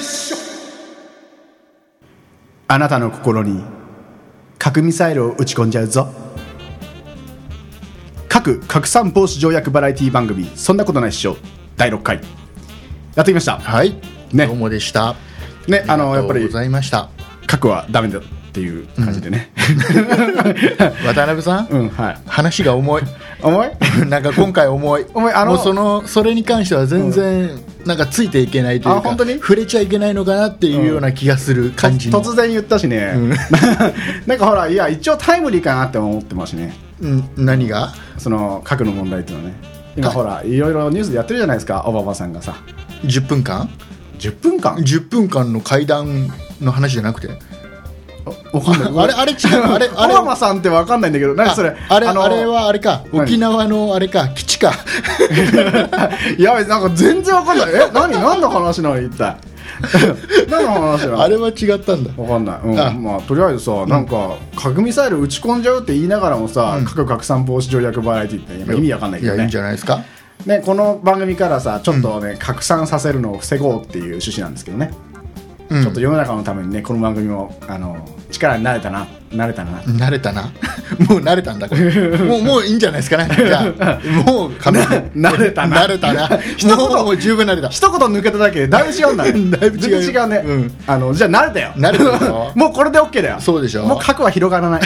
ションあなたの心に核ミサイルを打ち込んじゃうぞ核拡散防止条約バラエティ番組「そんなことないっしょ」第6回やってきましたはい、ねどうもでした。ねあのやっぱありがとうりございま した。核はダメだっていう感じでね、渡辺さん、うんはい話が重い。 重いなんか今回重い。重いあのもうそのそれに関しては全然、なんかついていけないというか、あ本当に触れちゃいけないのかなっていうような気がする感じの。突然言ったしね、 なんかほらいや一応タイムリーかなって思ってますしねうん、何が？その核の問題っていうのはね今ほらいろいろニュースでやってるじゃないですかオバマさんがさ10分間10分間？10分間の会談の話じゃなくて。わかんないあれあれ違う あれあれオバマさんってわかんないんだけど何それあれのあれはあれか何沖縄のあれか基地か やべなんか全然わかんないえ何何の話なの一体 何の話なの あれは違ったんだわかんない、うんあまあ、とりあえずさなんか核ミサイル撃ち込んじゃうって言いながらもさ、核拡散防止条約バラエティって今意味わかんないけどやいいねんじゃないですかねこの番組からさちょっとね、拡散させるのを防ごうっていう趣旨なんですけどね、うんちょっと世の中のためにねこの番組もあの力になれたななれたな、慣れたな もう慣れた んだこれもうもういいんじゃないですかねじゃあもう完璧な慣れたな慣れたな一言もうもう十分慣れた一言抜けただけでだいぶ違うんだねだいぶ違う全然違うね、うんあのじゃあ慣れたよ慣れたよ もうこれで OK だよそうでしょもう核は広がら ない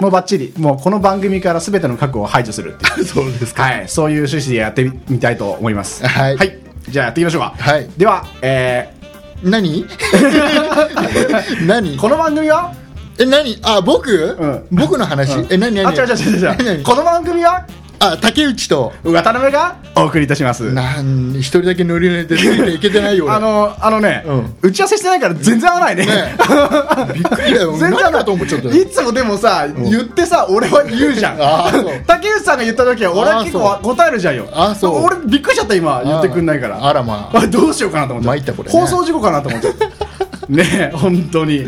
もうバッチリもうこの番組から全ての核を排除するっていうそうですかはい、そういう趣旨でやってみみたいと思います。はいじゃあやっていきましょうか。はいでは、え何ー、何この番組はえ何あ僕、ん僕の話、え何何あ、違う違う違う何違う。何この番組はあ竹内と渡辺がお送りいたします。なん一人だけ乗り入れてついていけてないよ俺あの、あのね、うん打ち合わせしてないから全然合わないね。 ねびっくりだよ全然合わ何ないだと思っちゃったよいつもでもさ、言ってさ、俺は言うじゃあーそん。う 竹内さんが言った時は、俺は結あ構ー答えるじゃんよ。あーそう俺びっくりしちゃった、今、言ってくんないから。あらまああどうしようかなと思って参ったこれね放送事故かなと思ってねえ本当に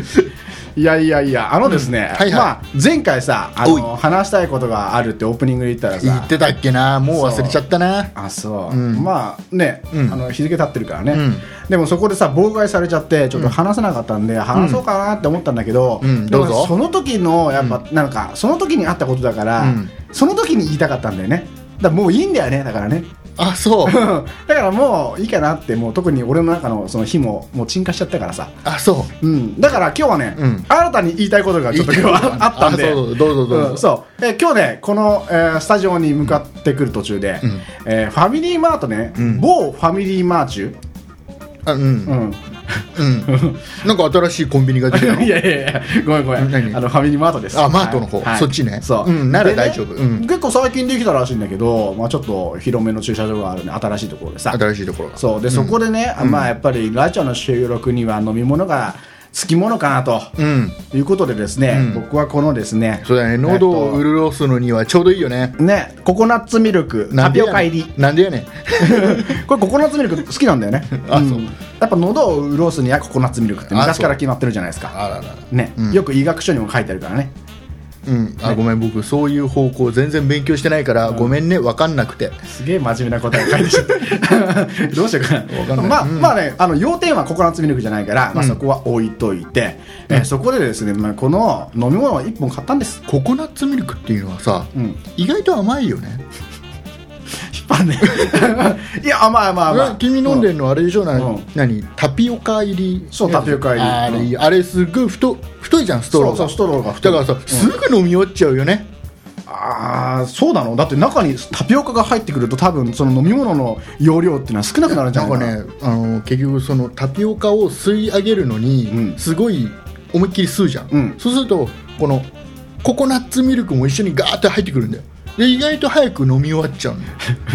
いやいやいやあのですね、はいはいまあ、前回さあのお話したいことがあるってオープニングで言ったらさ言ってたっけなもう忘れちゃったなあそう、うんまあね、うんあの日付経ってるからね、うんでもそこでさ妨害されちゃってちょっと話せなかったんで、話そうかなって思ったんだけど、うんでもどうぞその時のやっぱ、なんかその時にあったことだから、うんその時に言いたかったんだよねだからもういいんだよねだからねあそう だからもういいかなってもう特に俺の中のその日ももう沈下しちゃったからさ、あそううん、だから今日はね、うん新たに言いたいことがちょっと今日はあったんであそうどうぞどうぞんそうえ今日ねこの、えースタジオに向かってくる途中で、うんえーファミリーマートね、うん某ファミリーマーチュ、あうんうん、うん、なんか新しいコンビニが出 たのいやいやいやごめんごめん何あのファミリーマートですあマートの方そっちねそう、うんならでね大丈夫うん結構最近できたらしいんだけど、まあ、ちょっと広めの駐車場があるね新しいところでさ新しいところがそうで、そこでね、あまあやっぱりラジオの収録には飲み物がつきものかなと、うんいうことでですね、うん僕はこのですねそうだね喉を潤すのにはちょうどいいよねえっとねココナッツミルクなタんでピやオねんカ入りなんでやねん これココナッツミルク好きなんだよねあんそうやっぱ喉を潤すにはココナッツミルクってあ昔そうから決まってるじゃないですかあららね、うんよく医学書にも書いてあるからねうんあごめん僕そういう方向全然勉強してないから、ごめんね分かんなくてすげえ真面目な答え書いてきちゃった どうしようかなわかんないまあ、うんまあねあの要点はココナッツミルクじゃないから、まあ、そこは置いといて、えーそこでですね、まあ、この飲み物を1本買ったんですココナッツミルクっていうのはさ、うん意外と甘いよね、引っ張ん ねいやまあまあまあ君飲んでるのあれでしょ、なうん何タピオカ入りそうタピオカ入りあれ,、うあれすごい太太いじゃんストローそうがそうストローが太いだからさ、すぐ飲み終わっちゃうよねああそうなのだって中にタピオカが入ってくると多分その飲み物の容量っていうのは少なくなるんじゃななんいかかなねあの結局そのタピオカを吸い上げるのに、うんすごい思いっきり吸うじゃん、うんそうするとこのココナッツミルクも一緒にガーって入ってくるんだよで意外と早く飲み終わっちゃうんだよ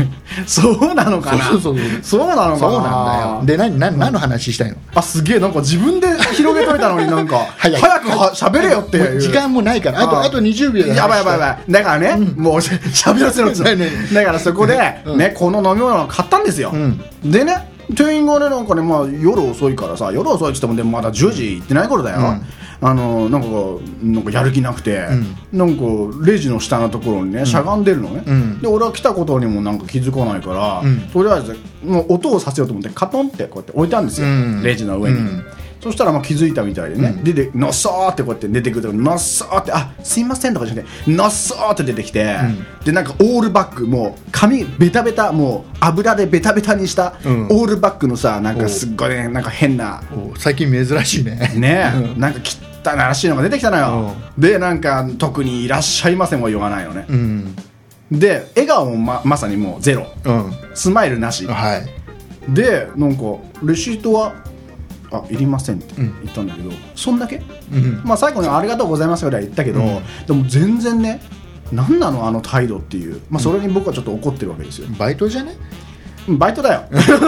そうなのかなそうそうそうそうそうなのかなそうなんだよで何何何の話したいのあすげえなんか自分で広げといたのになんか 早早いくはしゃべれよってもいうう時間もないからあとああーと20秒だやばいやばいやばいだからね、もうし ゃべらせろっつうの ねえねだからそこで、ねこの飲み物を買ったんですよ、んでね店員がねなんかね、まあ、夜遅いからさ夜遅いっつってもでもまだ10時行ってない頃だよ、あのなんかこうなんかやる気なくて、なんかこうレジの下のところにねしゃがんでるのね、うんで俺は来たことにもなんか気づかないから、うんとりあえずもう音をさせようと思ってカトンってこうやって置いたんですよ、うんレジの上に、うんそしたらまあ気づいたみたいでね、出てのっそーってこうやって出てくるとのっそーってあすいませんとかじゃなくてのっそーって出てきて、でなんかオールバックもう髪ベタベタもう油でベタベタにした、うんオールバックのさなんかすっごいねなんか変なお最近珍しいねねえ、なんか汚いらしいのが出てきたのよ、でなんか特に「いらっしゃいませ」も言わないのねう、んで笑顔もままさにもうゼロうんスマイルなしはいでなんかレシートは「あいりません」って言ったんだけど、そんだけ、うんまあ、最後に「ありがとうございます」ぐらい言ったけど、うんでも全然ね何なのあの態度っていう、まあ、それに僕はちょっと怒ってるわけですよ、バイトじゃねバイトだよ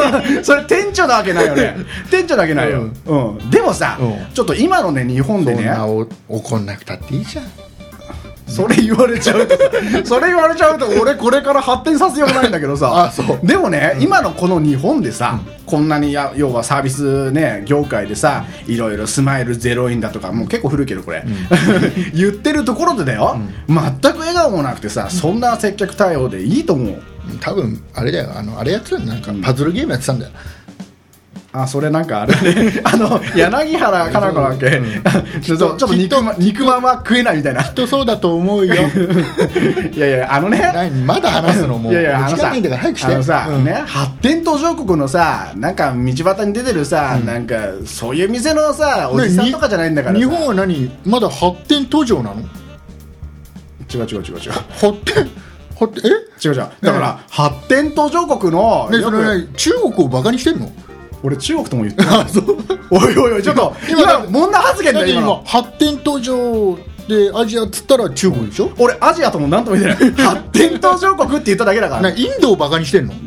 それ店長なわけないよ ね店長なわけないよ、うんでもさ、うんちょっと今のね日本そでんねなお怒んなくたっていいじゃんそれ言われちゃうとさそれ言われちゃうと俺これから発展させようがないんだけどさあそうでもね、今のこの日本でさ、こんなにや要はサービスね業界でさいろいろスマイルゼロインだとかもう結構古いけどこれ、 言ってるところでだよ、全く笑顔もなくてさそんな接客対応でいいと思う多分あれだよあのあれやってたんなんかパズルゲームやってたんだよ、あそれなんかあれねあの柳原かな子だっけ、 ちょっとちょっと肉ま肉まんは食えないみたいな きっとそうだと思うよいやいやあのね何まだ話すのもういやいやあの時間さないんだから早くしてあのさ、うんね、発展途上国のさなんか道端に出てるさ、なんかそういう店のさおじさんとかじゃないんだからさ日本は何まだ発展途上なの違う違う違う違う発展発展え違う違うだから、発展途上国の、ねよそくれは中国をバカにしてんの俺中国とも言ってない おいおいおいちょっと今今だって問題発言だっだてよ今今の発展途上でアジアっつったら中国でしょ、俺アジアとも何とも言ってない発展途上国って言っただけだからなインドをバカにしてんの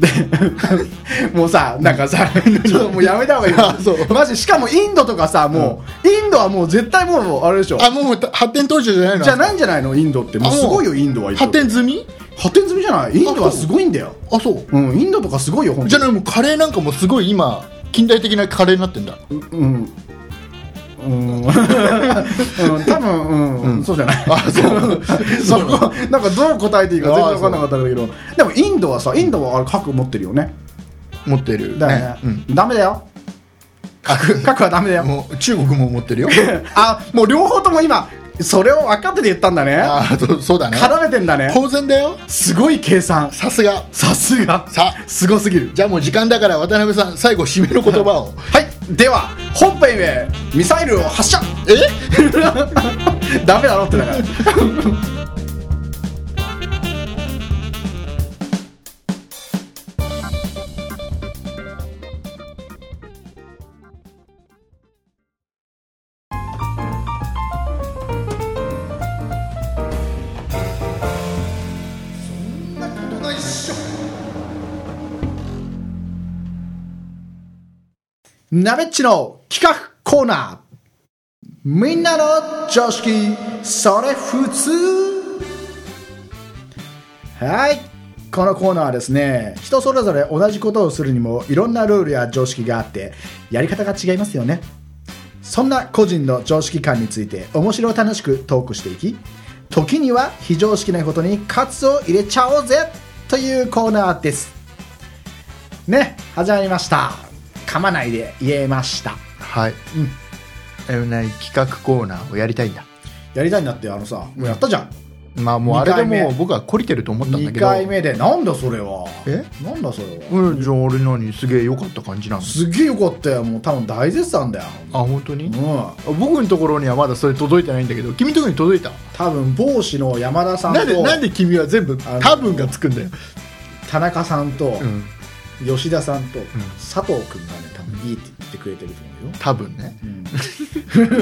もうさなんかさちょっともうやめた方がいいあそうマジしかもインドとかさもう、インドはもう絶対もうあれでしょあもうた発展途上じゃないのじゃないんじゃないのインドってもうすごいよあインドは発展済み発展済みじゃないインドはすごいんだよあそううんインドとかすごいよ本じ当ゃにないもうカレーなんかもすごい今近代的なカレーになってんだうんうんうん多分うん、そうじゃないあ そうそこなんかどう答えていいか全然分かんなかったんだけどでもインドはさインドはあれ核持ってるよね持ってるだよねうん、ダメだよ核核はダメだよ もう中国も持ってるよ あもう両方とも今それを分かってて言ったんだねあそうそうだね絡めてんだね当然だよすごい計算さすがさすがさすごすぎるじゃあもう時間だから渡辺さん最後締めの言葉をはいでは本編へミサイルを発射えダメだろってだからなべっちの企画コーナーみんなの常識それ普通はいこのコーナーはですね人それぞれ同じことをするにもいろんなルールや常識があってやり方が違いますよねそんな個人の常識観について面白楽しくトークしていき時には非常識なことにカツを入れちゃおうぜというコーナーですね始まりました噛まないで言えましたはい、うん、ない企画コーナーをやりたいんだやりたいんだってあのさもうやったじゃんまあもうあれで二回も目う僕は懲りてると思ったんだ2けど回目でなんだそれはえなんだそれはうんじゃあ俺何すげえ良かった感じなのすげえよかったよもう多分大絶賛だよあ本当に、うん僕のところにはまだそれ届いてないんだけど君のところに届いた多分帽子の山田さんなんでとなんで君は全部あの多分がつくんだよ、田中さんとうん、吉田さんと佐藤君がね多分いいって言ってくれてると思うよ多分ねうんでで、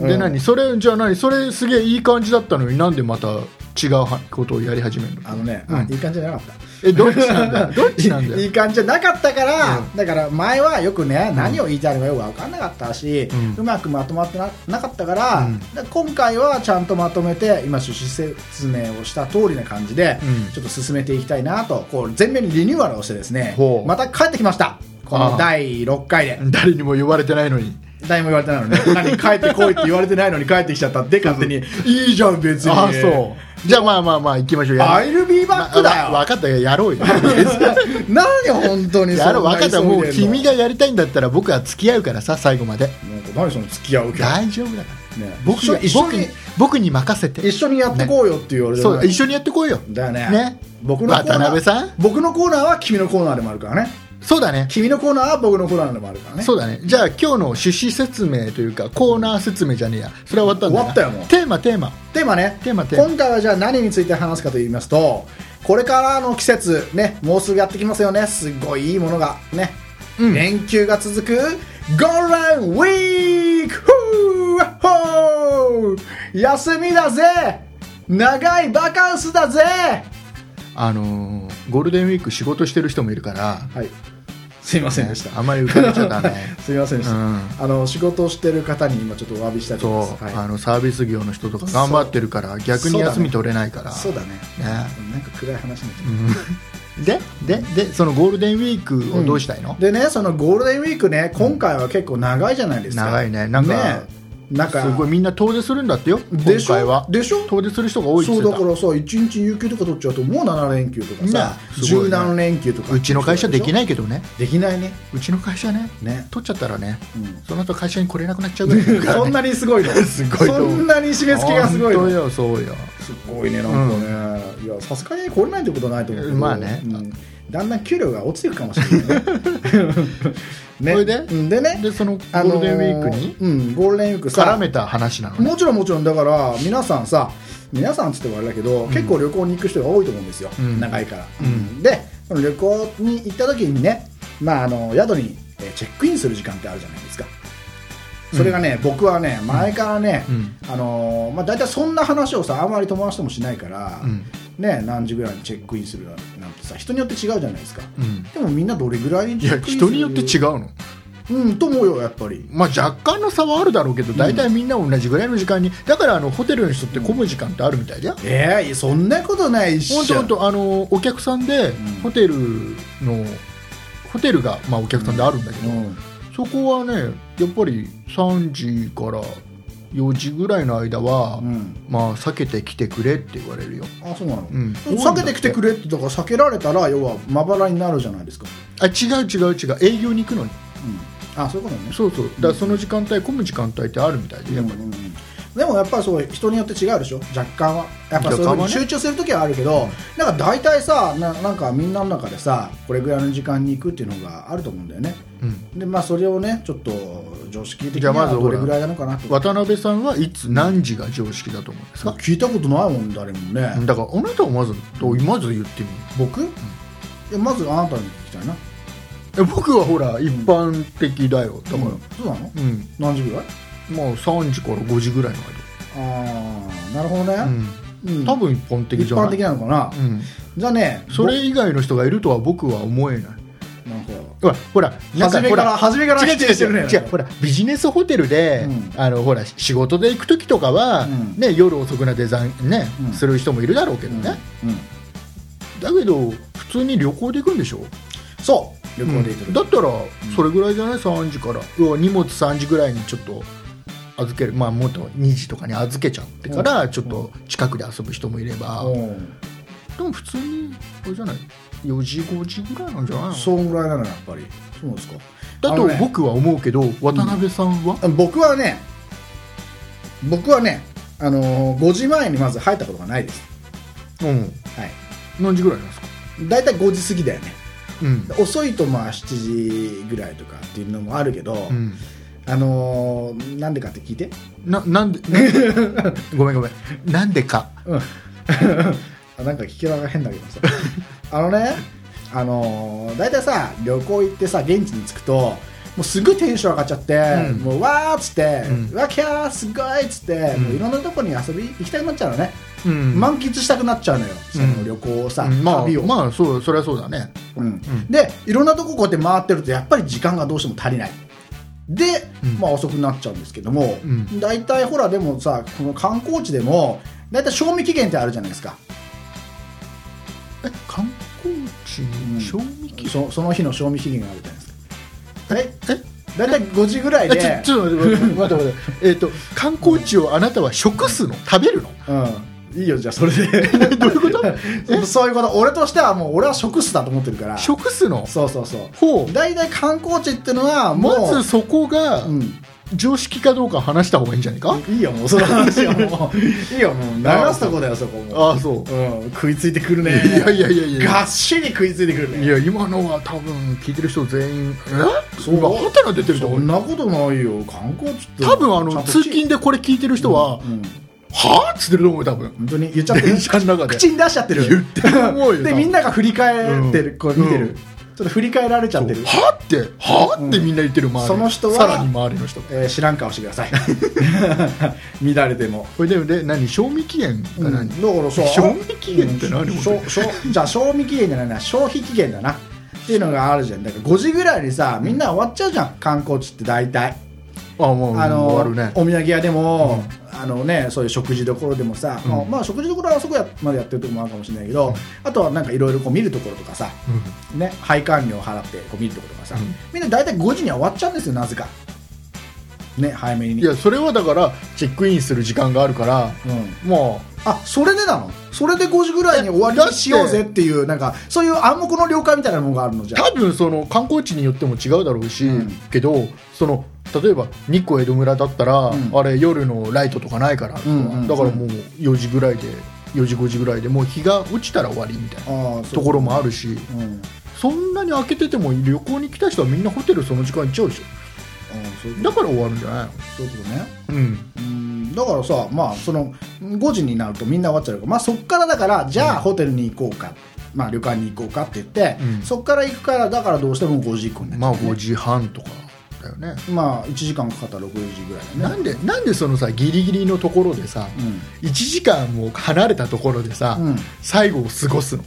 うん何それじゃあ何それすげえいい感じだったのになんでまた違うはことをやり始めるのあのねうんあいい感じじゃなかったえどっちな んだよどっちなんだよいい感じじゃなかったから、だから前はよくね何を言いたいのかよく分かんなかったし、うんうまくまとまってななかったから,、うん今回はちゃんとまとめて今趣旨説明をした通りな感じで、うんちょっと進めていきたいなとこう全面にリニューアルをしてですねほうまた帰ってきましたこあのあ第6回で。誰にも呼ばれてないのに何も言われてないのに、 何帰ってこいって言われてないのに帰ってきちゃったって勝手にいいじゃん別にあそうじゃあまあまあまあ行きましょうやアイルビーバックだよ、分かったよやろうよ 何本当にやそろうん分なかったもう急いでんの君がやりたいんだったら僕は付き合うからさ最後までなんか何その付き合う気ね大丈夫だから僕僕が一緒僕にに僕に任せて一緒にやってこうよって言われてそう一緒緒にやってこいよだよねね僕のコーナー渡辺さん僕のコーナーは君のコーナーでもあるからねそうだね君のコーナーは僕のコーナーでもあるからねそうだねじゃあ今日の趣旨説明というかコーナー説明じゃねえやそれは終わったんだな終わったよもうテーマテーマテーマねテーマテーマ今回はじゃあ何について話すかと言いますとこれからの季節ねもうすぐやってきますよねすごいいいものがね、うん連休が続くゴールデンウィークふーほー休みだぜ長いバカンスだぜあのーゴールデンウィーク仕事してる人もいるからはいすいませんでした、あまり浮かべちゃ ダメすいませんでした、うんあの仕事をしてる方に今ちょっとお詫びしたいと思いまそすう、はいあのサービス業の人とか頑張ってるから逆に休み取れないからそう だねねなんか暗い話になっちゃうでででそのゴールデンウィークをどうしたいの、でねそのゴールデンウィークね今回は結構長いじゃないですか長いねなんかなんかすごいみんな遠出するんだってよで今し回ょはでしょ遠出する人が多いってそう言だってかたらさ1日有給とか取っちゃうともう7連休とかさね、す十ごいね何連休とかうちの会社できいないけどねできないねうちの会社ね ね取っちゃったらね、うんその後会社に来れなくなっちゃうぐらいだから ね、そんなにすごいの すごいとそ思うんなに締め付けがすごい本の当よそうよすごいねなんかね、いやさすがに来れないってことはないと思うけどまあねうんだんだん給料が落ちていくかもしれ ない ねねそれでうんでねでそのゴあーのルデンウィークにうん、ゴールデンウィークさ絡めた話なのねもちろんもちろんだから皆さんさ皆さんっつってもあれだけど、結構旅行に行く人が多いと思うんですよ、うん長いから、うんでその旅行に行った時にね、まあ、あの宿にえーチェックインする時間ってあるじゃないですかそれがね、僕はね前からね、うんあのーまあ、大体そんな話をさあんまり友達ともしないから、うんね、何時ぐらいにチェックインするなんてさ人によって違うじゃないですか、うんでもみんなどれぐらいにいチェやックインする人によって違うのうんと思うよやっぱりまあ、若干の差はあるだろうけど大体みんな同じぐらいの時間に、だからあのホテルの人って混む時間ってあるみたいだよ、えー、そんなことないっしょほんとほんとあのお客さんでんホテルのホテルが、まあ、お客さんであるんだけうど、んそこはねやっぱり3時から4時ぐらいの間は、うんまあ避けてきてくれって言われるよあそうなの、うん避けてきてくれってだから避けられたら要はまばらになるじゃないですか、あ違う違う違う営業に行くのにうん、あそういうことねそうそうだからその時間帯混む時間帯ってあるみたいでやっぱり、うんうんうんでもやっぱりそう人によって違うでしょ若干はやっぱそういうふ若う干はにね集中する時はあるけど、なんか大体さななんかみんなの中でさこれぐらいの時間に行くっていうのがあると思うんだよねうんでまあそれをねちょっと常識的にじゃあまはずどれぐらいなのかなとか渡辺さんはいつ何時が常識だと思うんですか、聞いたことないもん誰もね、だからあなたをまずとまず言ってみ僕、いやまずあなたに聞きたいなる僕はほら一般的だよだから、うんそうなのうん何時ぐらいまあ3時から5時ぐらいのああなるほどね、間、うん多分一般的一じゃ般ない的なのかな、うん、じゃあねそれ以外の人がいるとは僕は思えないぼなんかほらほらなん初めほから初めから違う否定してるね違う違うほらビジネスホテルで、うあのほら仕事で行く時とかは、うんね、夜遅くなデザイン、ねうんする人もいるだろうけどね、うんうんだけど普通に旅行で行くんでしょそう旅行で行ってだったらそれぐらいじゃない3時から要は荷物3時ぐらいにちょっと預けるまあもっと2時とかに預けちゃってからちょっと近くで遊ぶ人もいれば、る、でうんも普通にあれじゃない4時5時ぐらいなんじゃないのそんぐらいなのやっぱりそうですかだあのとね僕は思うけど渡辺さんは、僕はね僕はねあのー、5時前にまず入ったことがないですうんはい何時ぐらいなんですか、大体5時過ぎだよねうん遅いとまあ7時ぐらいとかっていうのもあるけど、うん、あのー、なんでかって聞いてなな んでなんで ごめんごめんなんでかうん あなんか聞き方が変だけ どさあのねあのー大体さ旅行行ってさ現地に着くともうすぐテンション上がっちゃって、うんもうわーっつって、うんわきゃーすごいっつって、うんもういろんなとこに遊び行きたくなっちゃうのね、うん満喫したくなっちゃうのよそのうん旅行をさ、うんまあ旅を、まあそうそれはそうだねうんんでいろんなとここうやって回ってるとやっぱり時間がどうしても足りないで、うんまあ、遅くなっちゃうんですけども、うん大体ほらでもさこの観光地でも大体賞味期限ってあるじゃないですかえ観光地に賞味期限そその日の賞味期限があるじゃないですかええ大体5時ぐらいえちで ょ、ちょっと待って待って待って待ってえっと観光地をあなたは食すの食べるのうん、いいよじゃあそれで どういうこと そういうこと俺としてはもう俺は食すだと思ってるからそう 食すのそうそうほう大体観光地ってのはもうまずそこがうん、常識かどうか話した方がいいんじゃないかいいよもうその話はも ういいよもう流すとこだよそこもああそううん、食いついてくるねいやいやいやいやがっしり食いついてくるねいや今のは多分聞いてる人全員えそう今ハテナ出てるとそ思うんなことないよ観光地って多分あちゃのんと通勤でこれ聞いてる人は、うん、はあっつってると思うよ多分本当に言っちゃってる電車の中で口に出しちゃってる言ってると思うよでみんなが振り返ってる、こう見てる、うんちょっと振り返られちゃってる、はあってはあってみんな言ってる周り、その人はさらに周りの人がえー知らん顔してください 乱れてもこれでで何賞味期限うがん何、だからそう賞味期限ってう何んしょしょじゃあ賞味期限じゃないな消費期限だなっていうのがあるじゃんだから5時ぐらいにさみんな終わっちゃうじゃん観光地って大体、あもうあの終わるねお土産屋でも、あのね、そういう食事どころでもさ、うんまあまあ食事どころはそこやまでやってるところもあるかもしれないけど、あとはなんかいろいろこう見るところとかさ、ね、配管料払ってこう見るところとかさ、うんみんな大体5時には終わっちゃうんですよなぜかね早めにいやそれはだからチェックインする時間があるからうん、もあそれでなのそれで5時ぐらいに終わりにしようぜっていうなんかそういう暗黙の了解みたいなものがあるのじうゃあ多分その観光地によっても違うだろうし、うんけどその例えば日光江戸村だったら、うんあれ夜のライトとかないから、うんうんだからもう4時ぐらいで4時5時ぐらいでもう日が落ちたら終わりみたいなああそうところもあるしうん、うん、そんなに開けてても旅行に来た人はみんなホテルその時間行っちゃうでしそういうょことだから終わるんじゃないのそういうことねうんうんだからさまあその5時になるとみんな終わっちゃうから、まあ、そっからだからじゃあホテルに行こうか、まあ、旅館に行こうかって言って、うんそっから行くからだからどうしても5時以降になっちゃまうあ5時半とかだよねまあ1時間かかったら6時ぐらいだなねんでなんでそのさギリギリのところでさ、1時間も離れたところでさ、うん最後を過ごすの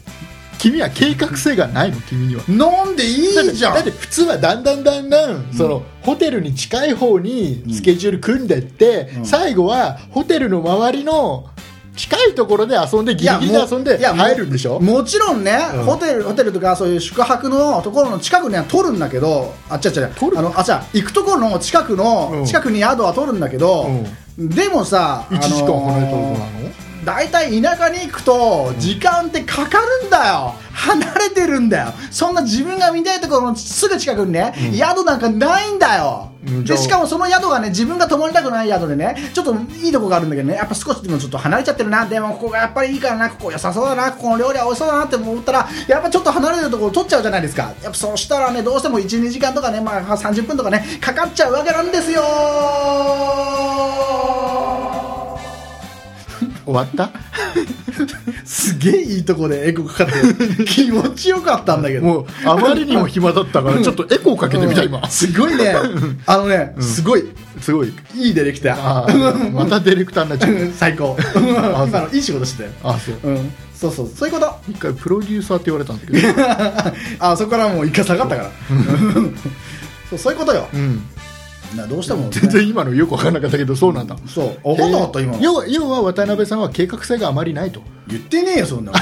君は計画性がないの君にはうん、なんでいいじゃんだってだって普通はだんだんだんだん、そのホテルに近い方にスケジュール組んでって、うん最後はホテルの周りの近いところで遊んでギリギリで遊んでいやもう入るんでしょもちろんね、うんホテルホテルとかそういう宿泊のところの近くには取るんだけどあっちゃっちゃ取るあのあっちゃ行くところの近くの、うん近くに宿は取るんだけど、でもさ1時間離れたところなの、大体田舎に行くと時間ってかかるんだよ離れてるんだよそんな自分が見たいところのすぐ近くにね、うん宿なんかないんだよ、うんじでゃあしかもその宿がね自分が泊まりたくない宿でねちょっといいとこがあるんだけどねやっぱ少しでもちょっと離れちゃってるなでもここがやっぱりいいからなここ良さそうだなここの料理は美味しそうだなって思ったらやっぱちょっと離れてるところ取っちゃうじゃないですかやっぱそしたらねどうしても12時間とかねまあ30分とかねかかっちゃうわけなんですよ終わったすげえいいとこでエコかかって 気持ちよかったんだけどもうあまりにも暇だったからちょっとエコーかけてみたうん今すごい ねあのね、すごいすごいいいディレクタあーーまたディレクターになっちゃうん 最高今のいい仕事してたようあそううんそうそうそういうこと 一回プロデューサーって言われたんだけどあそこからもう一回下がったから そうそういうことようんなどうしても、ね、全然今のよく分からなかったけどそうなんだそう怒んなかった今の要は要は渡辺さんは計画性があまりないと言ってねえよそんなの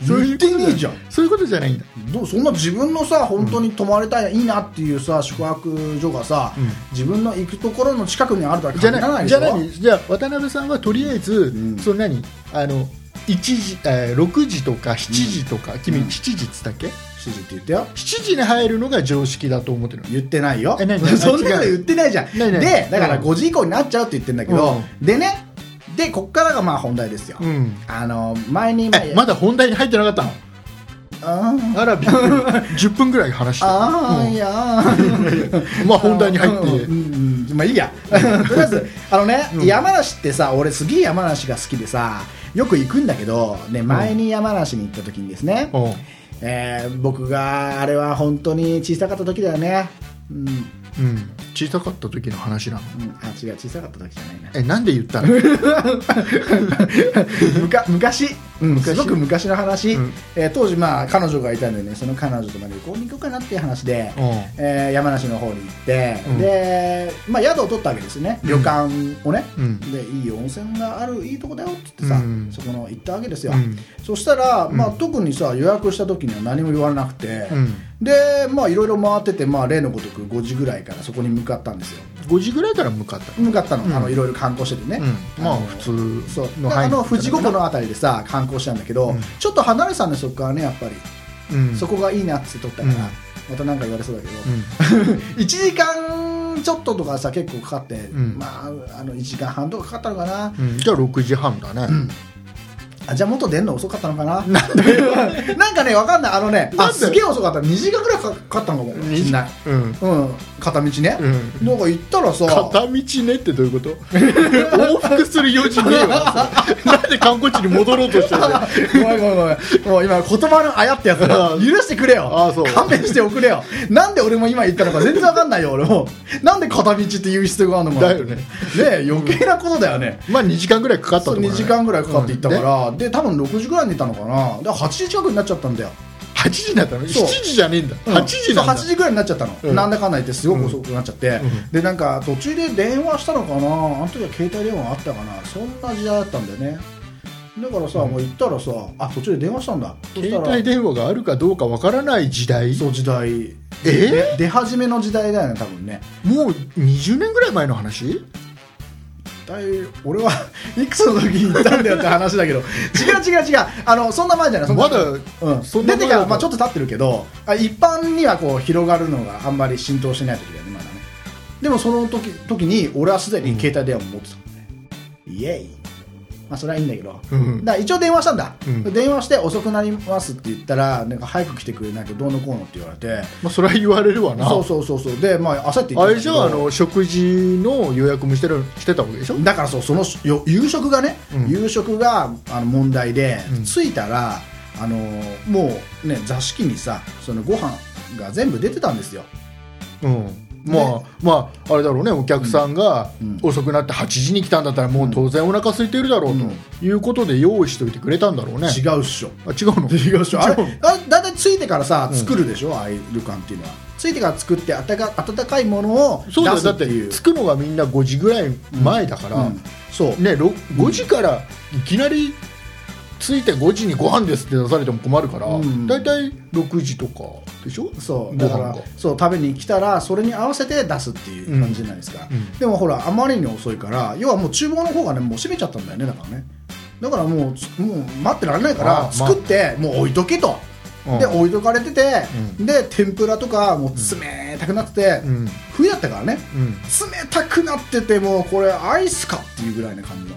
そういうこと言ってねえじゃんそういうことじゃないんだどうそんな自分のさ本当に泊まりたい、いいなっていうさ宿泊所がさ、ん自分の行くところの近くにあるとはじゃ限らなないでいじしゃょあ何じゃあ渡辺さんはとりあえず、んその何あの一時、えー、6時とか7時とか、君7時っつったっけ指示って言ってよ7時に入るのが常識だと思ってるの言ってないよえ何 そんなこと言ってないじゃん何何でだからうん5時以降になっちゃうって言ってんだけど、でねでこっからがまあ本題ですよ、うんあの前にえまだ本題に入ってなかったのあーあらびっくり 10分ぐらい話してあーいやーうんまあ本題に入ってうんうんうんまあいいやとりあえずあのね、山梨ってさ俺すげえ山梨が好きでさよく行くんだけど、ね、前に山梨に行った時にですね、うんえー僕があれは本当に小さかった時だよね、うんうん、うん小さかった時の話なのあ違 う小さかった時じゃないなえなんで言ったのむか昔うん、昔すごく昔の話、うんえー当時、まあ、彼女がいたんでねその彼女とまで旅行に行こうかなっていう話で、えー山梨の方に行って、うんで、まあ、宿を取ったわけですよね旅館をね、うんでいい温泉があるいいとこだよって言ってさ、うんそこの行ったわけですよ、うんそしたら、まあ、うん特にさ予約した時には何も言われなくて、うんでまあいろいろ回ってて、まあ、例のごとく5時ぐらいからそこに向かったんですよ5時ぐらいから向かった、向かったの,、うんあのいろいろ観光しててね、うん、まあ普通そうのあ範囲の富士五湖のあたりでさ観光したんだけど、うんちょっと離れてたんでそこからねやっぱり、うんそこがいいなって撮ったから、うんまたなんか言われそうだけど、うん 1時間ちょっととかさ結構かかって、んまああの1時間半とかかかったのかな、うんじゃあ6時半だね、あじゃあもっと出るの遅かったのか ななんでなんかねわかんないあのねなんあですげえ遅かった2時間ぐらいかかったのかもしんない、うんうん、片道ね、うんなんか行ったらさ片道ねってどういうこと 往復する4時ね えわそれなんで観光地に戻ろうとしてるのあごめんごめんごめんもう今言葉のあやってやつだ あ許してくれよあそう勘弁しておくれよなんで俺も今言ったのか全然わかんないよ俺もなんで片道って言う必要があるのかなだよねねえ余計なことだよね、まあ2時間ぐらいかかったそとうころ、ね、 2時間ぐらいかかって行ったから、で多分6時ぐらいに寝たのかなで8時近くになっちゃったんだよ8時になったの7そう時じゃねえんだ、8時なんそうだ8時ぐらいになっちゃったの、うんなんだかんだ言ってすごく遅くなっちゃって、んでなんか途中で電話したのかなあの時は携帯電話あったかなそんな時代だったんだよねだからさ、もう行ったらさあ途中で電話したんだそしたら携帯電話があるかどうかわからない時代そう時代えーで出始めの時代だよね多分ねもう20年ぐらい前の話だい俺は いくつの時に行ったんだよって話だけど違う違う違うあのそんな前じゃないそんなまだうん、そんな出て前だかとら、まあ、ちょっと経ってるけどあ一般にはこう広がるのがあんまり浸透してない時だよねまだねでもその時時に俺はすでに携帯電話も持ってたもんね、イエイまあそれはいいんだけど、うんだから一応電話したんだ、うん電話して遅くなりますって言ったらなんか早く来てくれないとどうのこうのって言われてまあ、それは言われるわなそうそうそうそうでまあ焦って行っあたんだけどれじゃああの食事の予約もしてるしてたわけでしょだからそうそのよ夕食がね、うん夕食があの問題で、うん着いたらあのーもうね座敷にさそのご飯が全部出てたんですようんまあまああれだろうねお客さんがうん遅くなって8時に来たんだったらもう当然お腹空いてるだろううんということで用意しておいてくれたんだろうね違うっしょあ違うの 違うっしょあれ違うのあだいたい着いてからさ作るでしょ、ああいう旅館っていうのは着いてから作ってあたか温かいものを出 そうだよすだっってていう着くのがみんな5時ぐらい前だから、うんそうね、ろ5時からいきなり着いて5時にご飯ですって出されても困るから、うんだいたい6時とかでしょそうごだか飯らがそう食べに来たらそれに合わせて出すっていう感じじゃないですか、うんうんでもほらあまりに遅いから要はもう厨房の方がねもう閉めちゃったんだよねだからねだからもうつもう待ってられないかあらー作ってもう置いとけと、うんで置いとかれてて、うで天ぷらとかもう冷たくなってて、うん冬だったからねうん冷たくなっててもうこれアイスかっていうぐらいな感じの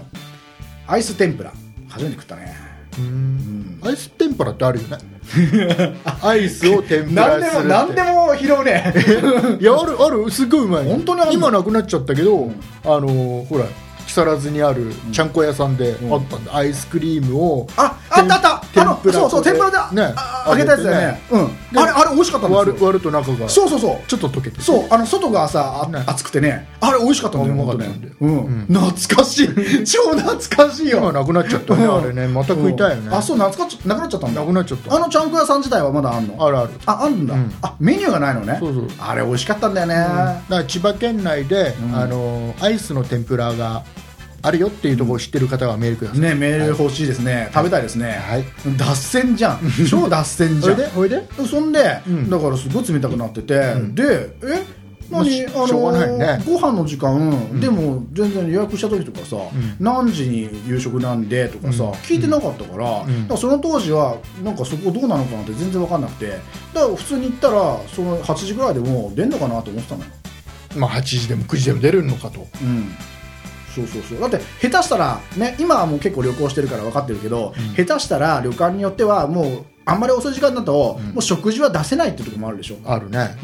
アイス天ぷら初めて食ったねうんアイス天ぷらってあるよね アイスを天ぷ何らでするもっ何てでも拾うねいやあるあるすっごいうまい本当にあるの今なくなっちゃったけど、んあのーほら木更津にあるちゃんこ屋さんであったんで、アイスクリームをあ、あったあった。天あのぷらそうそうと天ぷらだ。ねああ揚げたやつだよね。うん。であれあれ美味しかったん割でるすよ。割ると中がそうそうそう。ちょっと溶けてそうあの外がさあね熱くてねあれ美味しかったんだようまか本っ当たねんだようん懐かし い超懐かしい今よなくなっちゃったよね、うんあれねまた食いたいよね、うんあそう懐かしなくなっちゃったんだなくなっちゃったあのちゃんこ屋さん自体はまだあんのあるあるああんだうんあメニューがないのねそうそうあれ美味しかったんだよだねから千葉県内で、あのーアイスの天ぷらがあるよっていうところを知ってる方はメールください、ねメール欲しいですね食べたいですねはい脱線じゃん超脱線そじゃれんでおいでそんで、んだからすごい冷たくなってて、でえまあ何しあのしょうがないねご飯の時間、でも全然予約した時とかさ、何時に夕食なんでとかさ、うん聞いてなかったから,、んだからその当時はなんかそこどうなのかなって全然分かんなくてだから普通に行ったらその8時ぐらいでもう出んのかなと思ってたのよ、まあ8時でも9時でも出るのかとうん、そうそうそうだって下手したら、ね、今はもう結構旅行してるから分かってるけど、下手したら旅館によってはもうあんまり遅い時間だと、もう食事は出せないってとこもあるでしょあるね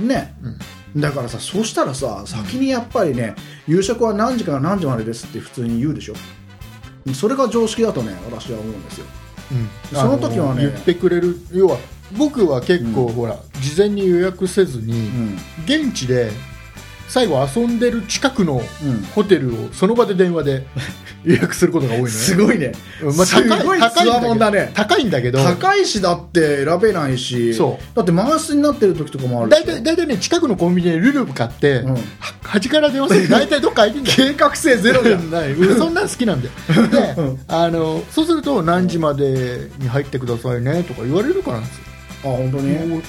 ね、だからさそうしたらさ先にやっぱりね夕食は何時から何時までですって普通に言うでしょそれが常識だとね私は思うんですよその時はねあの言ってくれる要は僕は結構、ほら事前に予約せずに、ん現地で最後遊んでる近くのうんホテルをその場で電話で 予約することが多いのねすごいね、うんすごいつわもんだね高いんだけど高いしだって選べないしそだって満室になってる時とかもある大体大体ね近くのコンビニでルルブ買って、うんは端から電話 すると大体どっか空いてんだよ計画性ゼロじゃんない俺そんなん好きなんだ よで、うんあのそうすると何時までに入ってくださいねとか言われるからなんですよ、あ本当に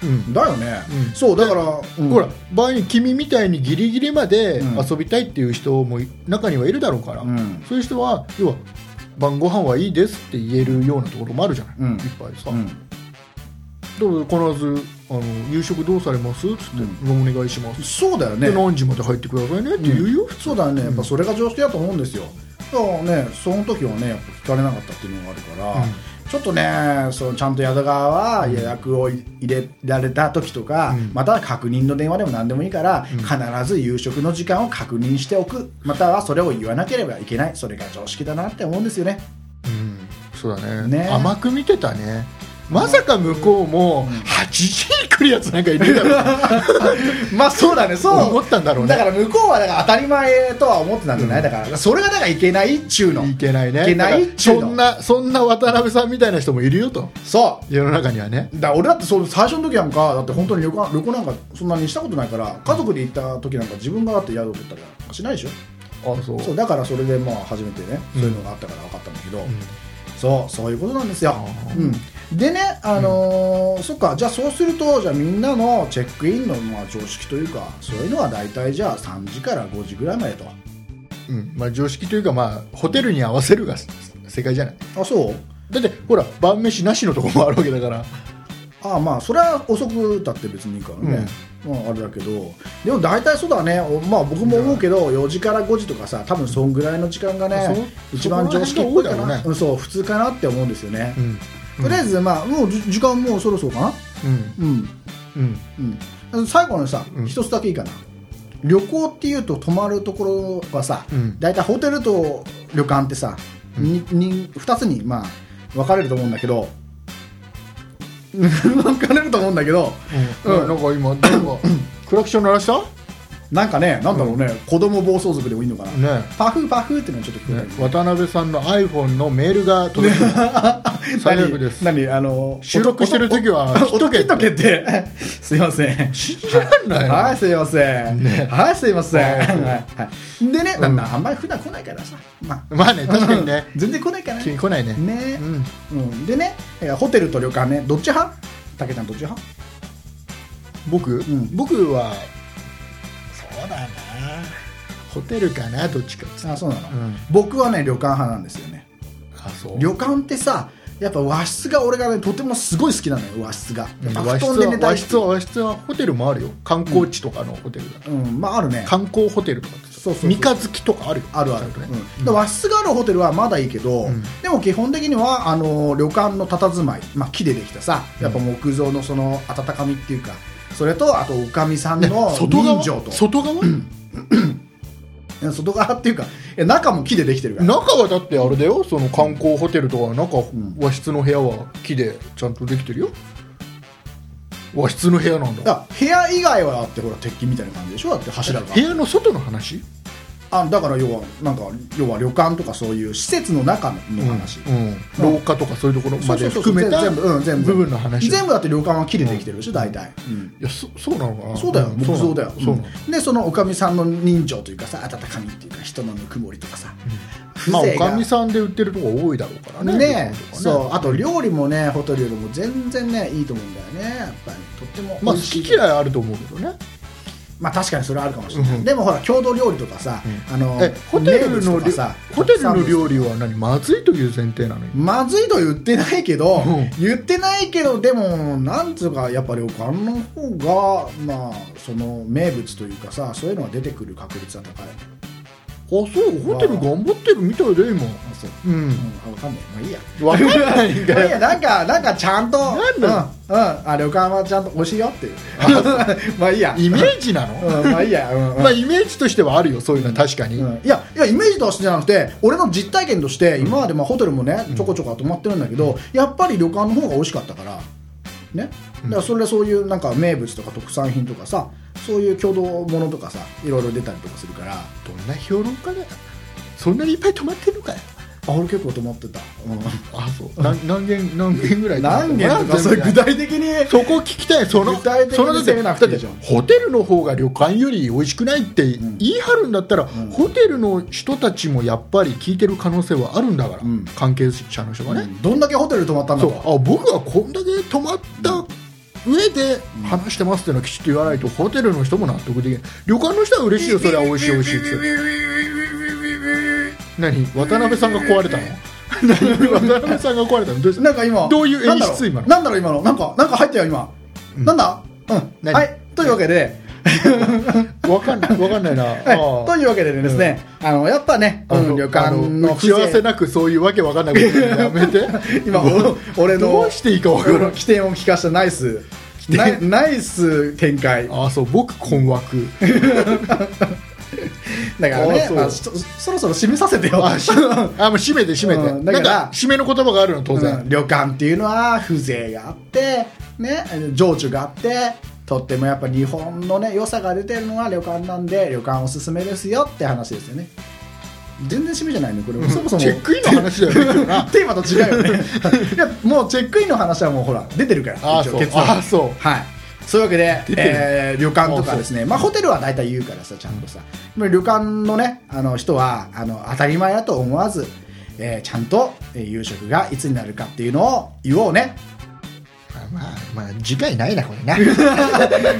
うんだよね、うんそうだから、うんほら場合に君みたいにギリギリまでうん遊びたいっていう人も中にはいるだろうから、うんそういう人は要は晩ご飯はいいですって言えるようなところもあるじゃない、うんいっぱいさ、うんだから必ずあの「夕食どうされます?」っつって、お願いします」そうだよねで何時まで入ってくださいねって言うよ、そうだよねやっぱそれが常識だと思うんですよだからねその時はねやっぱ聞かれなかったっていうのがあるから、うんちょっとねそのちゃんと宿側は予約を入れられた時とか、うんまたは確認の電話でも何でもいいから、必ず夕食の時間を確認しておくまたはそれを言わなければいけないそれが常識だなって思うんですよねうんそうだねね甘く見てたねまさか向こうも8時に来るやつなんかいるだろうな まあそうだねそ思ったんだろうねだから向こうはだから当たり前とは思ってたんじゃない、うんだからそれがだからいけないっちゅうのいけないねいけないっちゅうそのんなそんな渡辺さんみたいな人もいるよとそう世の中にはねだから俺だってそう最初の時なんかだって本当に旅行旅行なんかそんなにしたことないから家族で行った時なんか自分がだって宿取ったりなんかしないでしょあそうそうだからそれでまあ初めてねそういうのがあったから分かったんだけど、そうそういうことなんですよあ、うん、でねあのーそっかじゃあそうするとじゃあみんなのチェックインのまあ常識というかそういうのは大体じゃあ3時から5時ぐらいまでとうんまあ、常識というか、まあ、ホテルに合わせるが正解じゃないあそうだってほら晩飯なしのとこもあるわけだからああまあそれは遅くたって別にいいからね、まあ、あれだけどでも大体そうだねおまあ僕も思うけど4時から5時とかさ多分そんぐらいの時間がねそ一番そこ常ら識っ辺ぽいがか多いだろなうねうん、そう普通かなって思うんですよね、うんとりあえずまあもうじ時間もうそろそろかなうんうんうんうん最後のさうん一つだけいいかな、旅行っていうと泊まるところはさ、うん大体ホテルと旅館ってさ、うんにに2つにまあ分かれると思うんだけど 分かれると思うんだけどうんなんか今なんか クラクション鳴らしたなんかね、なんだろうね、子供暴走族でもいいのかな。ねパフパフってのはちょっと聞こえねた、けど渡辺さんの iPhone のメールが届いてる最悪です何何あの収録してる時はおお切っとけ切っとけって すいません信じらんないはいすいません、ねはいすいません、はいはい、でね、なんだあんまり普段来ないからさままあねあ確かにね全然来ないから急ねに来ないねねう、んうん、でねえーホテルと旅館ねどっち派たけちゃんどっち派僕、ん僕はそうだなホテルかなどっちかっつってあそうなの、うん僕はね旅館派なんですよねあそう旅館ってさやっぱ和室が俺がねとてもすごい好きなのよ和室がやっぱ和布室団で寝はたい和って室は和室はホテルもあるよ観光地とかのホテルだと、うんまああるね観光ホテルとかってそうそうそう三日月とかあるよあるある、ちゃんとねうんで和室があるホテルはまだいいけど、うんでも基本的にはあの旅館の佇まい、まあ、木でできたさやっぱ木造のその温かみっていうかそれとあとおかみさんねの外側人情と、外側、うん外側っていうかいや中も木でできてるから中はだってあれだよその観光ホテルとか中、和室の部屋は木でちゃんとできてるよ和室の部屋なんだだから部屋以外はだってほら鉄筋みたいな感じでしょだって柱が部屋の外の話あだから要はなんか要は旅館とかそういう施設の中の話、うん、廊下とかそういうところまでそうそうそう含めた全部うん全部部分の話全部だって旅館は木でできてるでしょ大体、うんいやそそうなのかなそうだよん木造だよ、そうなのうんでそのおかみさんの人情というかさ温かみっていうか人のぬくもりとかさ、そうなの風まあお情がかみさんで売ってるとこ多いだろうからねねところとかそうあと料理もねホテルよりも全然ねいいと思うんだよねやっぱりとってもまあ美好味しきい嫌いあると思うけどねまあ確かにそれはあるかもしれない、うんでもほら郷土料理とかさ、うんあのえホテル名物のと料かさホテルの料理理は何まずいという前提なのよまずいと言ってないけど、うん言ってないけどでもなんつうかやっぱり旅館の方がまあその名物というかさそういうのが出てくる確率は高いあそうホテル頑張ってるみたいで今あそう、うんうん、あ分かんないまあいいやわかんないんいやいだやよなんかなんかちゃんとなんだうん、うん、あ旅館はちゃんと美味しいよっていう まあいいやイメージなのうん、まあいいや、うんうんまあイメージとしてはあるよそういうのは確かにうんいやいやイメージとしてじゃなくて俺の実体験として今までまあホテルもねちょこちょこは泊まってるんだけど、やっぱり旅館の方が美味しかったからね、だからそれでそういうなんか名物とか特産品とかさそういう共同ものとかさいろいろ出たりとかするからどんな評論家だよそんなにいっぱい泊まってるのかよあ俺結構止まってた、あそうな何件何件ぐうらいん、 何件とかそれ具体的にそこ聞きたいその具体的にそのだって攻めだなっくていていじゃんホテルの方が旅館より美味しくないって言い張るんだったら、んホテルの人たちもやっぱり聞いてる可能性はあるんだから、うん関係者の人がね、うんどんだけホテル泊まったんだそうとあ僕はこんだけ泊まった上で話してますっていうのはきちっと言わないとホテルの人も納得できない旅館の人は嬉しいよそれは美味しい美味しいって何渡辺さんが壊 れたの何渡辺さんが壊れたのどうしたなんか今どういう演出今のなんだろうなんだろう今のなんかなんか入ったよ今、なんだうん何はいというわけで、わかんないわかんないな、はい、というわけでですね、あのやっぱね、うん、旅館の打ち合わせ風情なくそういうわけわかんないこと言うのやめて今お俺の どうしていいかわからない起点を聞かしたナイスナイナイス展開あそう僕困惑だからねあそうまあそそろそろ締めさせてよ、 あしあもう締めて締めて、うんだだかからら締めの言葉があるの当然、うん旅館っていうのは風情があってね情緒があってとってもやっぱ日本のね良さが出てるのは旅館なんで旅館おすすめですよって話ですよね全然締めじゃないねこれそもそもチェックインの話だよね 今日な テーマと違うよ ねいやもうチェックインの話はもうほら出てるからあー一応そう結論あーそうはいそういうわけで、てるえー旅館とかですねまあホテルは大体言うからさちゃんとさでも旅館のねあの人はあの当たり前だと思わず、えーちゃんとえー夕食がいつになるかっていうのを言おう ねまあまあ次回ないなこれな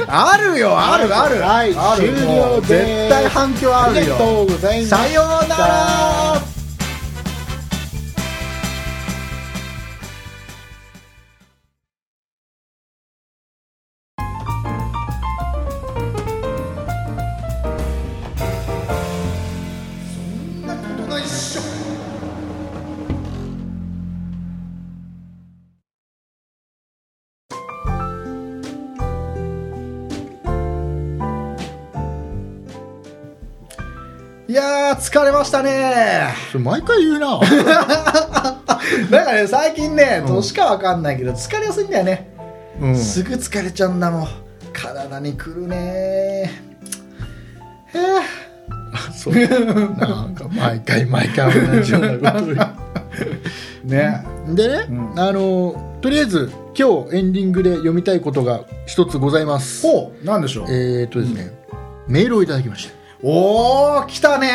あるよあるある、はいある終了ですもう絶対反響ああるりよがとうございますさようならいやー疲れましたねそれ毎回言うなだからね最近ね年かわかんないけど疲れやすいんだよね、 うんすぐ疲れちゃうんだもん体にくるねーへそうなんか毎回毎回同じようなこと言う えねでね、あのとりあえず今日エンディングで読みたいことが一つございますほうなんでしょうえー、とですね、メールをいただきましたおお来たね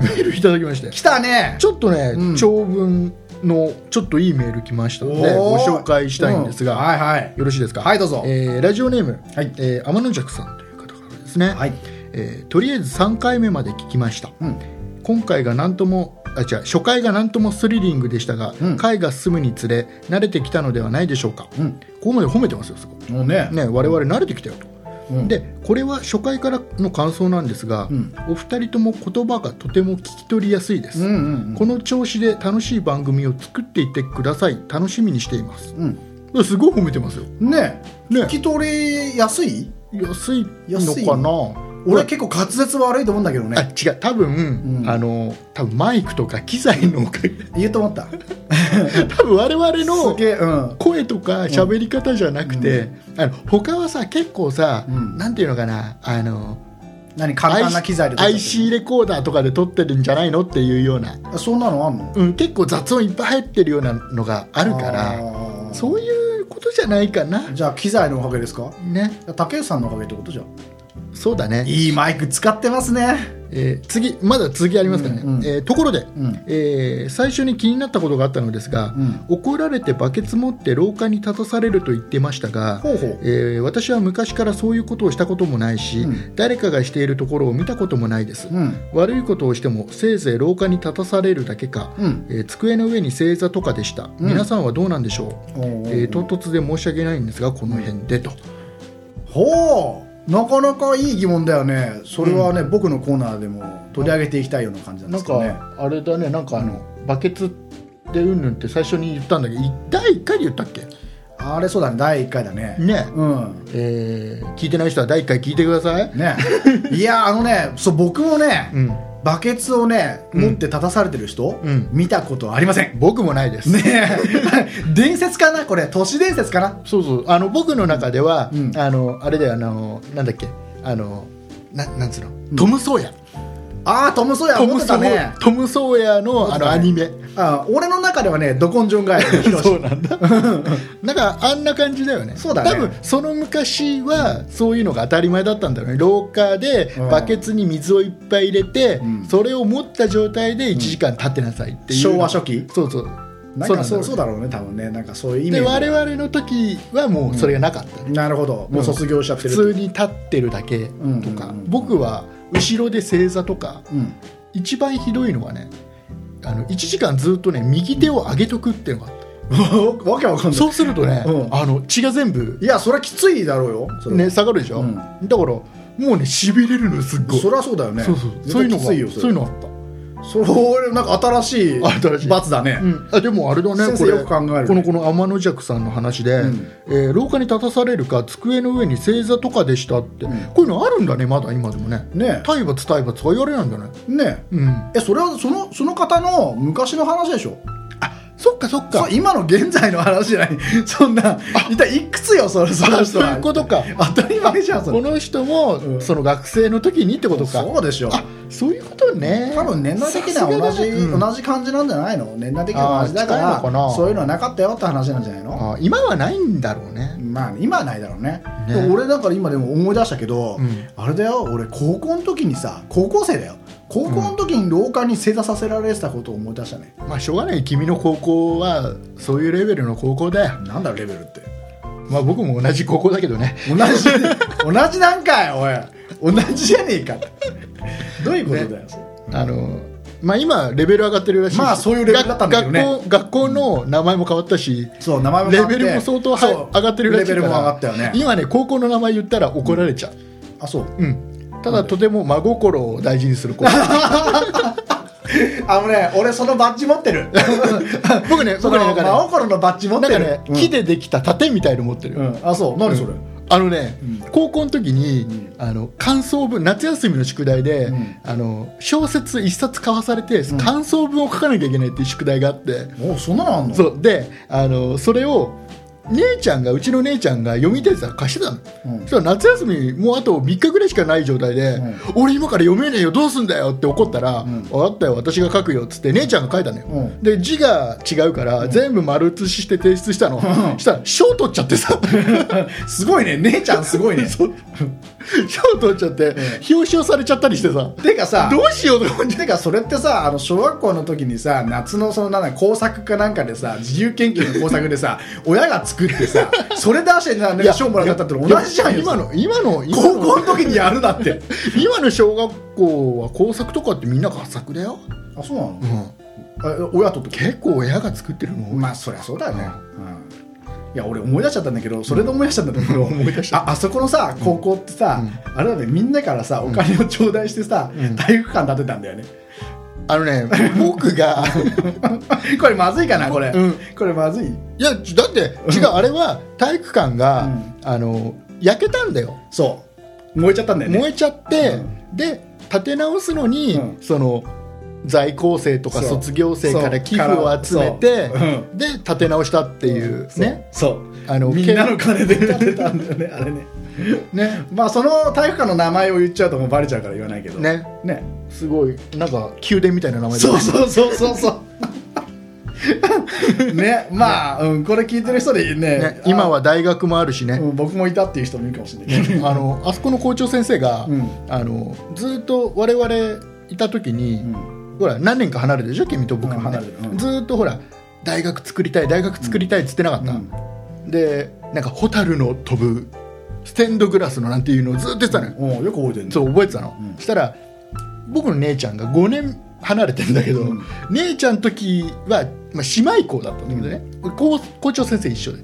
メールいただきました来たねちょっとね、うん長文のちょっといいメール来ましたのでおごー紹介したいんですが、うんはいはいよろしいですかはいどうぞえーラジオネーム、はいえー天野尺さんという方からですね、はいえーとりあえず3回目まで聞きました、うん今回が何ともあ違う初回が何ともスリリングでしたが、うん回が進むにつれ慣れてきたのではないでしょうか、うんここまで褒めてますよすごいもうねね我々慣れてきたよと、うんでこれは初回からの感想なんですが、んお二人とも言葉がとても聞き取りやすいです、うんうんこの調子で楽しい番組を作っていってください楽しみにしていますうんすごい褒めてますようんねね聞き取りやすい安いの安いかな俺結構滑舌悪いと思うんだけどあね違う多う分、んあの多分マイクとか機材のおか げ言うと思った多分我々すのげえうん声とか喋り方じゃなくて、あの他はさ結構さ、うんなんていうのかなあの何簡単な機材で撮った IC, IC レコーダーとかで撮ってるんじゃないのっていうような、あそんなのあんのうん、結構雑音いっぱい入ってるようなのがあるからあーそういうことじゃないかなじゃあ機材のおかげですかね竹内さんのおかげってことじゃんそうだね、いいマイク使ってますねえー次まだ続きありますからね、うんうんえーところで、んえー最初に気になったことがあったのですが、うん怒られてバケツ持って廊下に立たされると言ってましたがほうほうえー私は昔からそういうことをしたこともないし、うん誰かがしているところを見たこともないです、うん悪いことをしてもせいぜい廊下に立たされるだけか、うんえー机の上に正座とかでした、皆さんはどうなんでしょう、おーえー唐突で申し訳ないんですがこの辺でと、ほうなかなかいい疑問だよねそれはね、僕のコーナーでも取り上げていきたいような感じなんですけどねあれだねなんかあの、バケツでうんぬんって最初に言ったんだけどい第1回で言ったっけあれそうだね第1回だねねうんえー聞いてない人は第1回聞いてください、ねいやあのねそう僕もね、うんバケツをね、うん持って立たされてる人、ん見たことありません。僕もないです、ねえ伝説かなこれ、都市伝説かなそうそうあの僕の中では、うんあのあれだよあのなんだっけあのななんつうの、トム・ソーヤああ、トム・ソーヤト思っム・てソたーヤね。トムソーヤのあのアニメあー俺の中ではね、ど根性ガエルのヒロシ そうなんだなんかあんな感じだよねそうだね多分その昔はそういうのが当たり前だったんだろうね廊下でうんバケツに水をいっぱい入れて、んそれを持った状態で1時間立ってなさいっていう、昭和初期そうそうなんかそそううそそううだろうね、多分ね。なんかそういうイメでー我々の時はもうそれがなかった、ジ。なるほど。もう卒業しちゃって普る。通に立ってるだけとか、うんうんうん僕は後ろで正座とかうん。一番ひどいのはねあの1時間ずっとね右手を上げとくっていうのがあった、わわけわかん ないそうするとね、うんあの血が全部いやそれはきついだろうよそれはね下がるでしょ、うんだからもうねしびれるのすっごいそりゃそうだよねそうそう絶対そういうのがきついよそういうのがあっそれそれなんか新しい新しい罰だねた、うん、あでもあれだね先こ生れよく考えるこのこの天の尺さんの話で、うんえー廊下に立たされるか机の上に正座とかでしたって、うんこういうのあるんだねまだ今でもねね体罰体罰は言われないんだねえねえうんえそれはそのその方の昔の話でしょそっかそっそかう今の現在の話じゃない そんな一体いくつよそれそのあ人そうはいうことか当たり前じゃんそこれの人も、うんその学生の時にってことかそうでしょあそういうことね多分年代的には同さすがじ、だねうん同じ感じなんじゃないの年代的には同じだかあーら近いのかなそういうのはなかったよって話なんじゃないのあ今はないんだろうねまあ今はないだろうねねでも俺だから今でも思い出したけど、うんあれだよ俺高校の時にさ高校生だよ高校の時に廊下に正座させられてたことを思い出したね、まあしょうがない君の高校はそういうレベルの高校だよなんだレベルってまあ僕も同じ高校だけどね同じ同じなんかいおい同じじゃねえかどういうことだよ、あのまあ今レベル上がってるらしいしまあそういうレベルだったんだけどね学校学校の名前も変わったしそう名前も変レわってベルも相当はそう上がってるらしいかレベらルも上がったよね今ね高校の名前言ったら怒られちゃう、あそううんただとても真心を大事にす る子あのね俺そのバッジ持ってる僕ね そ僕のねなん真か心のバッジ持ねっなんてるかね、うん木でできた盾みたいの持ってるよ、うんあそう何それ、あのね、ん高校の時に、んあの感想文夏休みの宿題で、うんあの小説一冊買わされて、ん感想文を書かなきゃいけないっていう宿題があって、おそんなのあんのそうであのそれを姉ちゃんがうちの姉ちゃんが読み手さ貸してたの、うんそしたら夏休みもうあと3日ぐらいしかない状態で、う俺今から読めねえよどうすんだよって怒ったら、ん分かったよ私が書くよっつって姉ちゃんが書いたのよ、うんで字が違うから、全部丸写しして提出したの、したら賞取っちゃっ てさ すごいね姉ちゃんす ごいね賞取っちゃって、表彰されちゃったりしてさてかさどうしようとか思っててかそれってさあの小学校の時にさ夏のそのなんだ工作かなんかでさ自由研究の工作でさ親が作ってさそれ出してさなんか賞もらったっての同じじゃんよ今の今の今高の校の時にやるだって今の小学校は工作とかってみんな合作だよ、 あそうなのうん、あ親とって結構親が作ってるの多い、まあそりゃそうだよね、うんいや俺思い出しちゃったんだけどそれで 思い出しちゃったんだけど思い出しちゃああそこのさ高校ってさ、あれだねみんなからさお金を頂戴してさ、体育館建てたんだよね あのね 僕がこれまずいかなこれ、うんこれまずいいやだって違うあれは体育館が、うんあの焼けたんだよそう燃えちゃったんだよね燃えちゃって、うで建て直すのに、うんその在校生とかそう卒業生から寄付を集めて、そううで建て直したっていうね、そうあのみんなの金で建てたんだよねあ れねねまあその体育館の名前を言っちゃうともうバレちゃうから言わないけどねねすごいなんか宮殿みたいな名前だそねうそうそうそうそう ねまあ、うん、これ聞いてる人でねねあ今は大学もあるしね、うん、僕もいたっていう人もいるかもしれないけどあのあそこの校長先生が、うんあのずっと我々いた時に、ほら何年か離れてるでしょ君と僕も、うんね離れてるうんずっとほら大学作りたい大学作りたいっつってなかった、でなんか蛍の飛ぶステンドグラスのなんていうのをずっと言ってたのよ、うん、うんよく覚えてるねそう覚えてたの、そしたら僕の姉ちゃんが5年離れてんだけど、うん姉ちゃんの時は、まあ、姉妹校だったんだけどね、校校長先生一緒で、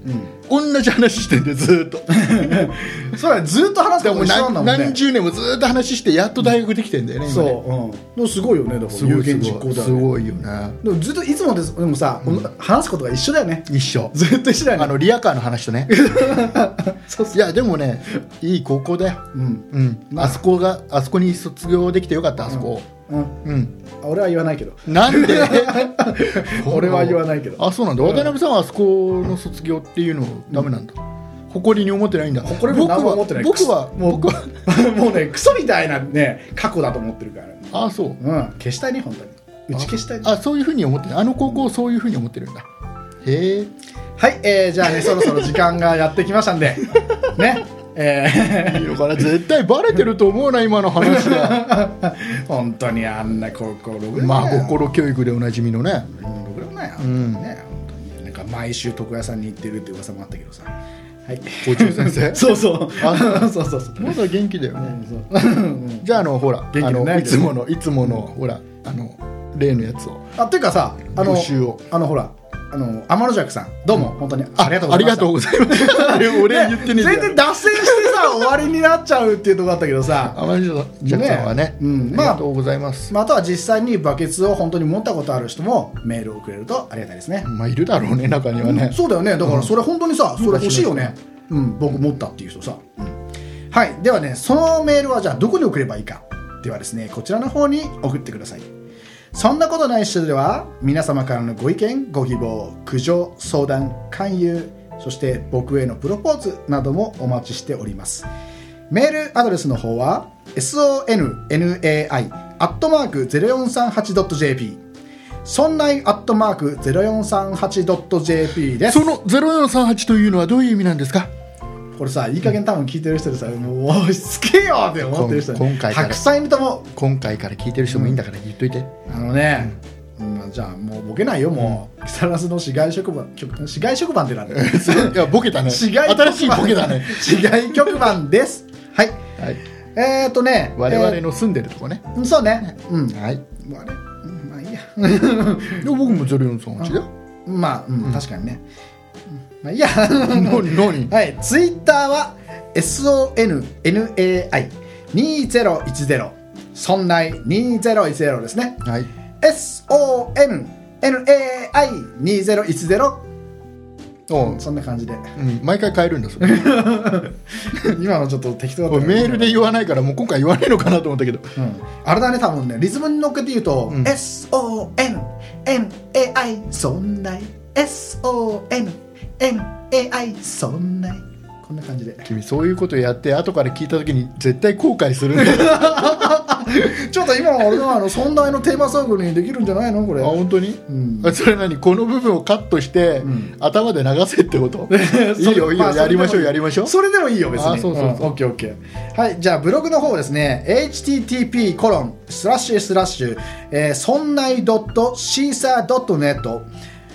同じ話してんでずっと。 それはずっと話すでこともも一緒なんだ何もんね何十年もずーっと話してやっと大学できてんだよね、今そう、うねん、でもすごいよねだから有言実行だすよねごいよねでもずっといつもですでもさ、話すことが一緒だよね一緒ずっと一緒だよねあのリアカーの話 とねそうそいやでもねいい高校だよう、うん、うん、あそこがあそこに卒業できてよかったあそこ、うん、うん、俺は言わないけどなんで 俺は言わないけどあそうなんだ渡辺さんはあそこの卒業っていうのダメなんだ、誇りに思ってないんだ誇りも何も思ってない僕は僕は僕は もうねクソみたいなね過去だと思ってるから、あそううん、消したいね本当に打ち消したいねあそういうふうに思ってないあの高校をそういうふうに思ってるんだへえはい、えー、じゃあ ねそろそろ時間がやってきましたんでねえいいのかな絶対バレてると思うな今の話でー、本当にあんな高校6年 まあ心教育でおなじみのね6年前よ、んね本当になんか毎週床屋さんに行ってるって噂もあったけどさはい校長先 生そうそう そうそうそうまだ元気だよねうんじゃああのほら、元気であなのいいけつどねものいつもの、ほらあの例のやつをあっていうかさあの募集をあのほらあの天のクさんどうも本当にありがとうごあざりいまがしとたうございますあれ俺言 ってねえじゃん全然脱線してさ終わりになっちゃうっていうとこだったけどさ天野ジャックさんはねねうんありがとうございます、まああとは実際にバケツを本当に持ったことある人もメールをくれるとありがたいですね、まあ、いるだろうね中にはね、そうだよねだからそれ本当にさ、それ欲しいよね、うん、僕持ったっていう人さ、うんはいではねそのメールはじゃあどこに送ればいいかではですねこちらの方に送ってくださいそんなことない人では皆様からのご意見ご希望苦情相談勧誘そして僕へのプロポーズなどもお待ちしておりますメールアドレスの方は sonnai.0438.jp そんない .0438.jp ですその0438というのはどういう意味なんですかこれさいい加減多分聞いてる人でさもう押し付けよって思ってる人こん今回からたくさんいると思う今回から聞いてる人もいいんだから言っ といて、あのね、うんじゃあもうボケないよもう木更津の市街職番局市街職番ってなんだよいやボケたね市街 新しいボケだね市街局番ですはい はいえっ、ー、とね我々の住んでるとこね、えーそうねうんはあいれうんまあいいやで僕も0438だよまあ、うん確かにねうんまあいいや 何何はい、ツイッターは SONNAI2010 そんない2010ですねはい、 SONNAI2010 おうそんな感じで うん、毎回変えるんだそれ今のちょっと適当だっこたれけどメールで言わないからもう今回言わないのかなと思ったけどうんあれだね多分ねリズムに乗っけて言うと、うん SONNAI そんない SONNAI そんないこんな感じで君そういうことやって後から聞いた時に絶対後悔するんだあちょっと今の俺のあの存在のテーマソングにできるんじゃないのこれ。 本当に、んあそれ何この部分をカットして、ん頭で流せってこといい それよいいよ、あそれでもやりましょうやりましょうそれでもいいよ別に。あそうそうそうんオッケーオッケー。はいじゃあブログの方ですね。http コロンスラッシュスラッシュえーそんないドットシーサードットネット。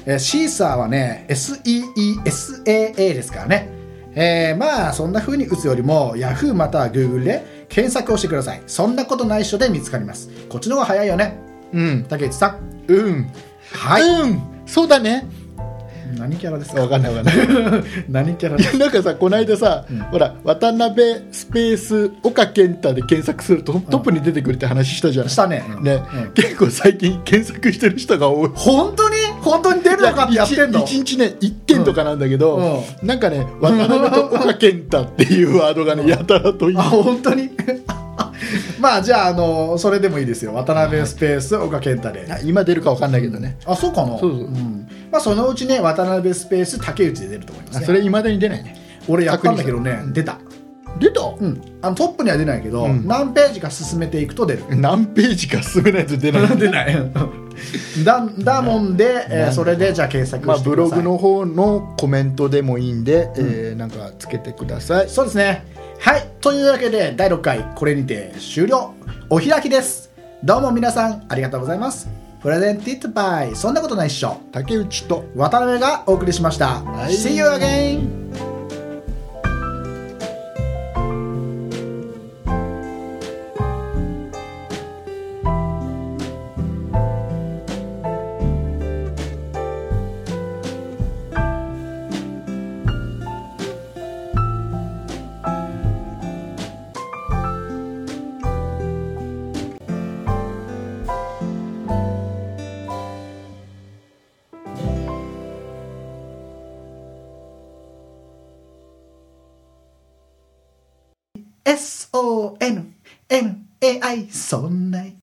えーシーサーはね S E E S A A ですからね。えーまあそんな風に打つよりも Yahoo または Google で検索をしてくださいそんなことない人で見つかりますこっちの方が早いよねうん竹内さんうんはいうんそうだね何キャラですか分かんない分かんない何キャラですかなんかさこの間さ、ほら渡辺スペース岡健太で検索するとトップに出てくるって話したじゃない、したねうんね、うん結構最近検索してる人が多い本当に本当に出るのかってやってんの一日ね1件とかなんだけど、うんなんかね渡辺と岡健太っていうワードがね、やたらといいあ本当に まあじゃああのそれでもいいですよ渡辺スペース岡健太で今出るかわかんないけどね、あそうかなそうそうんまあそのうちね渡辺スペース竹内で出ると思いますあねそれいまだに出ないね俺やったんだけどね出た、出た、うん、あのトップには出ないけど、うん何ページか進めていくと出る何ページか進めないと出ない 出ない だだもんで、えーそれでじゃあ検索まあ、してブくだロさい、グの方のコメントでもいいんで、えーなんかつけてくださいそうですね。はい。というわけで、第6回、これにて終了。お開きです。どうも皆さん、ありがとうございます。プレゼンティットバイ、そんなことないっしょ。竹内と渡辺がお送りしました。い See you again! S-O-N-N-A-I そんない